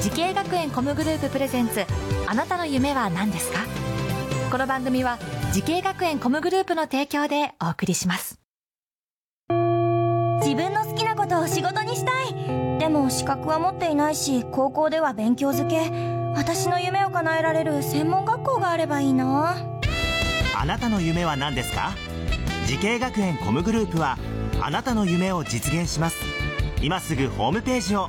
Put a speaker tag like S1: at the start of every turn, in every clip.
S1: 時系学園コムグループプレゼンツあなたの夢は何ですかこの番組は時系学園コムグループの提供でお送りします
S2: 自分の好きなことを仕事にしたいでも資格は持っていないし高校では勉強づけ私の夢を叶えられる専門学校があればいいな
S3: あなたの夢は何ですか時系学園コムグループはあなたの夢を実現します今すぐホームページを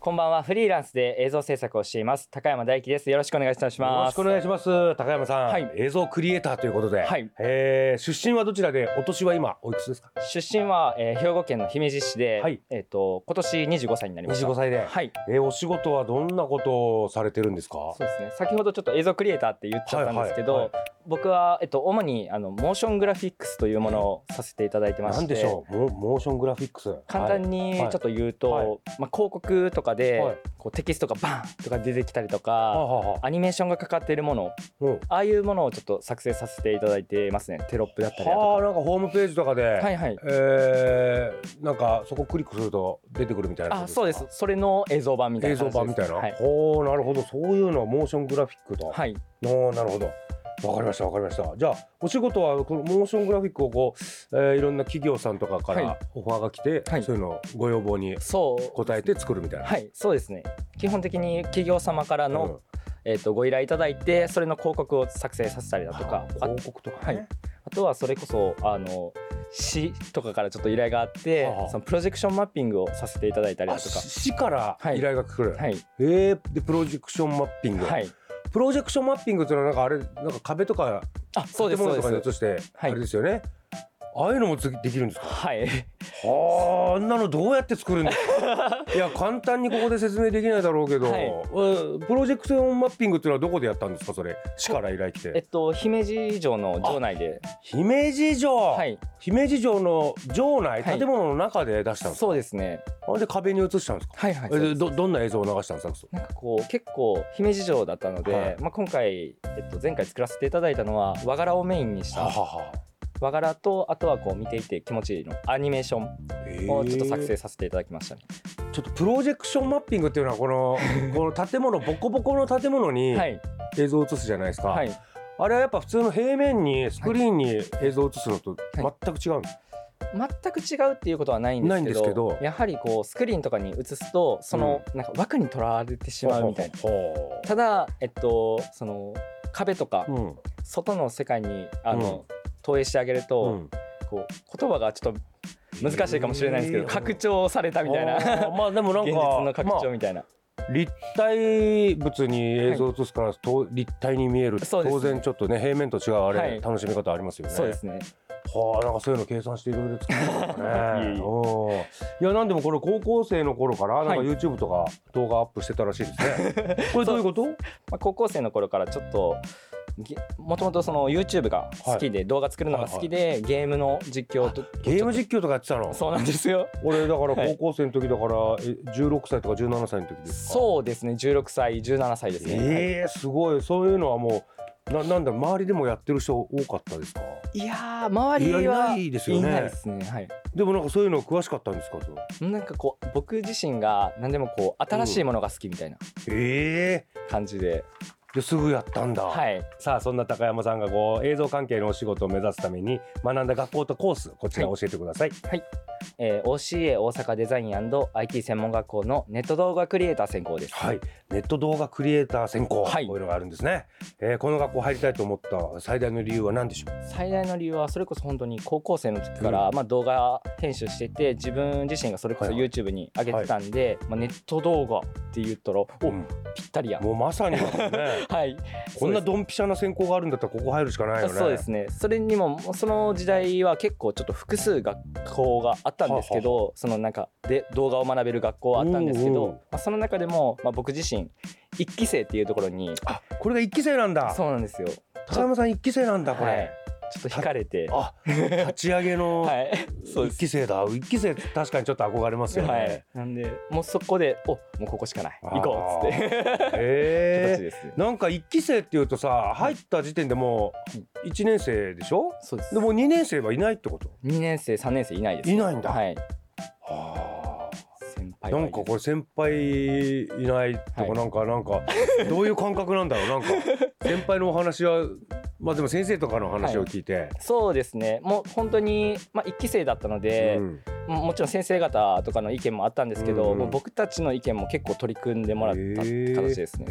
S4: こんばんはフリーランスで映像制作をしています高山大輝ですよろしくお願いいたし
S5: よろ
S4: ま
S5: し
S4: す
S5: くお願いします高山さん、
S4: はい
S5: 映像クリエイターということで、
S4: はい
S5: えー出身はどちらでお年は今おいくつですか
S4: 出身は、えー、兵庫県の姫路市で、
S5: はい
S4: えっ、と今年25歳になりました
S5: 25歳で
S4: はい
S5: えーお仕事はどんなことをされてるんですか
S4: そうですね先ほどちょっと映像クリエイターって言っちゃったんですけど、
S5: はいはい
S4: 僕は、えっと、主にあのモーショングラフィックスというものをさせていただいてまして
S5: なんでしょうモモーショングラフィックス
S4: 簡単にちょっと言うと、
S5: はい
S4: まあ、広告とかで、
S5: はい
S4: こうテキストがバンとか出てきたりとか、
S5: はいはあはあはあ
S4: アニメーションがかかっているもの
S5: うん
S4: ああいうものをちょっと作成させていただいてますねテロップだったりだとか
S5: はあなんかホームページとかで、
S4: はいはい
S5: えーなんかそこクリックすると出てくるみたいなこ
S4: あ
S5: と
S4: そうですそれの映像版みたい
S5: 映
S4: な
S5: 像版みたいな、
S4: は
S5: はい
S4: い、、
S5: ほうなるほどそういうのをモーショングラフィックと、
S4: はい、
S5: おーなるほどわかりましたわかりましたじゃあお仕事はこのモーショングラフィックをこう、えーいろんな企業さんとかか
S4: は
S5: ら
S4: い
S5: オファーが来て、
S4: はい
S5: そういうのをご要望に
S4: そう
S5: 応えて作るみたいな、
S4: はいそうですね基本的に企業様から
S5: うん
S4: の、えー、とご依頼いただいてそれの広告を作成させたりだとかあ
S5: 広告とかね、
S4: はいあとはそれこそあの市とかからちょっと依頼があって
S5: はあはあ
S4: そのプロジェクションマッピングをさせていただいたり
S5: あ
S4: だとか
S5: し市から
S4: はい
S5: 依頼が来る、
S4: はい
S5: えーでプロジェクションマッピング、
S4: はい
S5: プロジェクションマッピングっていうのはなんかあれなんか壁とか
S4: あそうで
S5: 建
S4: す
S5: 物と
S4: そう
S5: かに落
S4: です
S5: としてあ
S4: はい
S5: れですよね、ああいうのもつできるんですか
S4: はい
S5: はああんなのどうやって作 るんですかいや簡単にここで説明できないだろうけど、
S4: はい
S5: えープロジェクションマッピングっていうのはどこでやったんですかそれ市から依頼来
S4: えってと姫路城の城内で
S5: 姫路城、
S4: はい
S5: 姫路城の城内
S4: はい
S5: 建物の中で出したんですか、
S4: そうですね
S5: なんで壁に映したんですか、
S4: はいはい
S5: えでどどんな映像を流したんですかそ
S4: なんかこう結構姫路城だったので、
S5: はい
S4: まあ、今回、えっと、前回作らせていただいたのは和柄をメインにし
S5: は
S4: た
S5: はは
S4: 和柄とあとはこう見ていて気持ちいいのアニメーション
S5: え
S4: を
S5: ー
S4: ちょっと作成させていただきましたね。
S5: ちょっとプロジェクションマッピングっていうのはこ のこの建物ボコボコの建物に
S4: はい、
S5: 映像を映すじゃないですか、
S4: はい、
S5: あれはやっぱ普通の平面にスクリーンに映像を映すのと全く違うんです、
S4: 全く違うっていうことはないんですけど
S5: ないんですけど
S4: やはりこうスクリーンとかに映すとその、なんか枠にとらわれてしまうみたいな。
S5: ほう
S4: ただ、えっと、その壁とか
S5: ほうほう
S4: 外の世界にあの、投影してあげる
S5: う
S4: と、
S5: んうん
S4: こう言葉がちょっと難しいかもしれないんですけど、
S5: えー
S4: 拡張されたみたいな
S5: あーまあでもなんか
S4: 現実の拡張
S5: ま
S4: みたいな、
S5: あ、立体物に映像を映すから、と立体に見えるって
S4: そうです
S5: 当
S4: ね
S5: 然ちょっとね平面と違うあれ、
S4: はい
S5: 楽しみ方ありますよね
S4: そうですね
S5: はあなんかそういうの計算していろいろ作ってた
S4: いえ
S5: ね
S4: いえ
S5: おーいやなんでもこれ高校生の頃からなんか
S4: はい
S5: YouTube とか動画アップしてたらしいです ね、これどういうこと
S4: まあ、高校生の頃からちょっとぎもともとその YouTube が好きで、動画作るのが好きで、ゲームの実況と
S5: ゲーム実況とかやってたの
S4: そうなんですよ
S5: 俺だから
S4: は
S5: 高
S4: い
S5: 校生の時だから、え16歳とか17歳の時ですか
S4: そうですね16歳17歳ですね、はい
S5: ええー、すごいそういうのはもうななんだ周りでもやってる人多かったですか
S4: いやー周りはい
S5: やいないですよね
S4: いないですねはい
S5: でもなんかそういうの詳しかったんですかと
S4: なんかこう僕自身が何でもこう新しいものが好きみたいな
S5: ええ
S4: 感じで、
S5: ー、ですぐやったんだ、
S4: はい
S5: さあそんな高山さんがこう映像関係のお仕事を目指すために学んだ学校とコースこちら教えてください、
S4: えー OCA 大阪デザイン &IT 専門学校のネット動画クリエイター専攻です
S5: はい、ネット動画クリエイター専攻、
S4: はい
S5: こういうのがあるんですね、えー、この学校入りたいと思った最大の理由は何でしょ
S4: 最大の理由はそれこそ本当に高校生の時から、まあ、動画編集してて自分自身がそれこそ
S5: はいはい
S4: YouTube に上げてたんで、まあ、ネット動画って言ったらお、
S5: う、
S4: ぴったりやん
S5: もうまさにだ もんね
S4: はい
S5: こんな
S4: そう
S5: ドンピシャな専攻があるんだったらここ入るしかない
S4: で
S5: よ
S4: す
S5: ね
S4: そうですねそれにもその時代は結構ちょっと複数学校があったんですけどその中で動画を学べる学校はあったんですけど、
S5: おー
S4: まあ、その中でも、まあ、僕自身一期生っていうところに
S5: あこれが一期生なんだ
S4: そうなんですよ
S5: 高山さん一期生なんだこれ、
S4: はいちょっと惹かれて
S5: あ立ち上げの
S4: はいそうで
S5: 一
S4: す
S5: 期生だ一期生確かにちょっと憧れますよね、
S4: はいなんでもうそこでおもうここしかない行こうっつって
S5: へ
S4: 形
S5: え
S4: ですね
S5: なんか一期生っていうとさ入った時点でもう1年生でしょ
S4: そうです
S5: でもう2年生はいないってこと
S4: 2年生3年生いないです
S5: いないんだ
S4: はい
S5: はあ
S4: 先輩
S5: な
S4: はい
S5: んかこれ先輩いないとか
S4: はい
S5: なんかなんかどういう感覚なんだろうな んか先輩のお話はまあでも先生とかの話を聞いて、
S4: そうですねもう本当にまあ一期生だったので
S5: う、ん
S4: ももちろん先生方とかの意見もあったんですけど、
S5: うん
S4: もう僕たちの意見も結構取り組んでもらったって形ですね。
S5: へ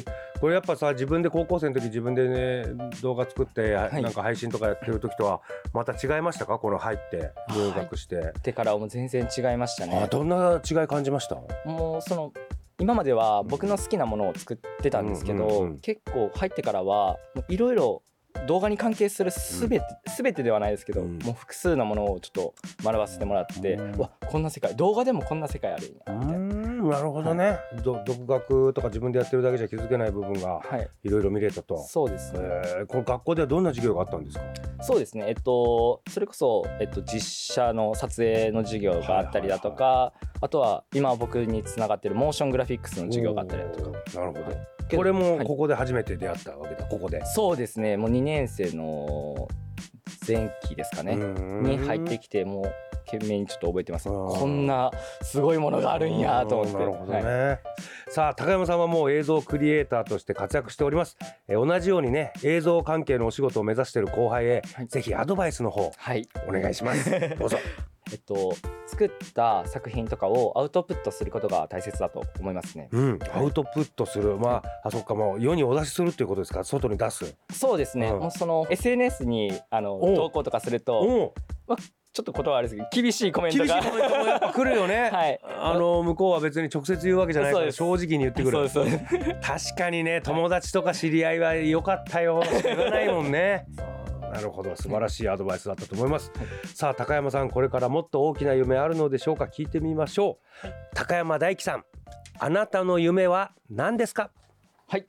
S5: えこれやっぱさ自分で高校生の時自分でね動画作って、
S4: い
S5: なんか配信とかやってる時とはまた違いましたかこの入って入学して、
S4: ってからはもう全然違いました
S5: あ
S4: ね。
S5: どんな違い感じました
S4: もうその今までは僕の好きなものを作ってたんですけど、
S5: うんうんうん
S4: 結構入ってからはいろいろ動画に関係するすべて、すべてではないですけど、
S5: うん
S4: もう複数のものをちょっと学ばせてもらって、
S5: うん
S4: うわこんな世界動画でもこんな世界あるんやみたいな。
S5: なるほどね、ど独学とか自分でやってるだけじゃ気づけない部分が
S4: はい、
S5: いろいろ見れたと、
S4: そうですね。
S5: えーこの学校ではどんな授業があったんですか
S4: そうですね、えっと、それこそ、えっと、実写の撮影の授業があったりだとか、あとは今僕につながってるモーショングラフィックスの授業があったりだとか。
S5: かなるほど、
S4: はい
S5: これも
S4: はい
S5: ここで初めて出会ったわけだここで、
S4: そうですねもう2年生の前期ですかね、に
S5: に
S4: 入ってきてもう懸命にちょっと覚えてます
S5: うん
S4: こんなすごいものがあるんやと思って
S5: なるほどね、
S4: はい
S5: さあ高山さんはもう映像クリエイターとして活躍しておりますえー同じようにね映像関係のお仕事を目指している後輩へ、
S4: はい
S5: ぜひアドバイスの方
S4: はい
S5: お願いします どうぞ
S4: えっと作った作品とかをアウトプットすることが大切だと思いますね
S5: うん、アウトプットするまああそっかもう世にお出しするっていうことですから外に出す
S4: そうですね、
S5: うん
S4: もうその SNS にあの
S5: おう
S4: 投稿とかすると
S5: お
S4: ちょっと言葉はあれですけど厳しいコメント
S5: 厳しい
S4: が
S5: コメントもやっぱ来るよね、
S4: はい
S5: あの向こうは別に直接言うわけじゃないか
S4: そう
S5: ら
S4: です
S5: 正直に言ってく
S4: そう
S5: る
S4: ですそうです
S5: 確かにね友達とか知り合いは良かったよしか言わないもんね なるほど素晴らしいアドバイスだったと思います、さあ高山さんこれからもっと大きな夢あるのでしょうか聞いてみましょう高山大樹さんあなたの夢は何ですか
S4: はい、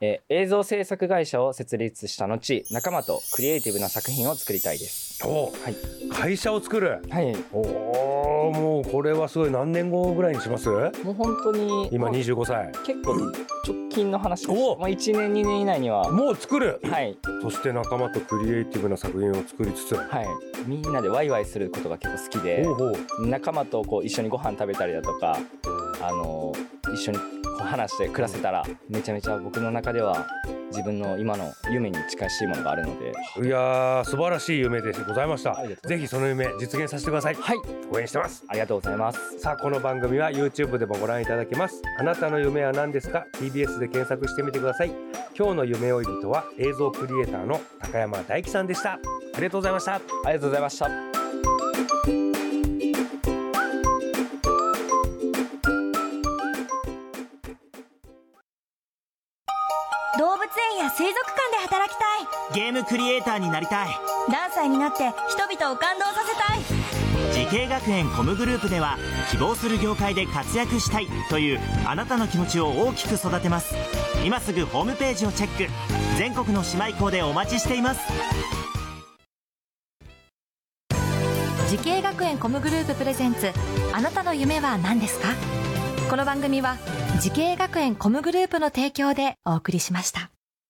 S4: えー映像制作会社を設立した後仲間とクリエイティブな作品を作りたいです
S5: おう
S4: はい
S5: 会社を作る
S4: はい
S5: おおもうこれはすごい何年後ぐらいにします
S4: もう本当に
S5: 今
S4: まあ
S5: 25歳
S4: 結構直近の話です
S5: お
S4: まあ1年2年以内には
S5: もう作る
S4: はい
S5: そして仲間とクリエイティブな作品を作りつつ
S4: はいみんなでワイワイすることが結構好きで
S5: ほうほう
S4: 仲間とこう一緒にご飯食べたりだとかあのー一緒にこう話して暮らせたらめちゃめちゃ僕の中では自分の今の夢に近しいものがあるので
S5: いやー素晴らしい夢でございました
S4: ありがとうござ
S5: ぜひその夢実現させてください
S4: はい
S5: 応援してます
S4: ありがとうございます
S5: さあこの番組は YouTube でもご覧いただけますあなたの夢は何ですか TBS で検索してみてください今日の夢追い人は映像クリエイターの高山大樹さんでしたありがとうございました
S4: ありがとうございました
S2: 動物園や水族館で働きたい
S3: ゲームクリエイターになりたい
S2: 何歳になって人々を感動させたい
S3: 時系学園コムグループでは希望する業界で活躍したいというあなたの気持ちを大きく育てます今すぐホームページをチェック全国の姉妹校でお待ちしています
S1: 時系学園コムグループプレゼンツあなたの夢は何ですかこの番組は時系学園コムグループの提供でお送りしました。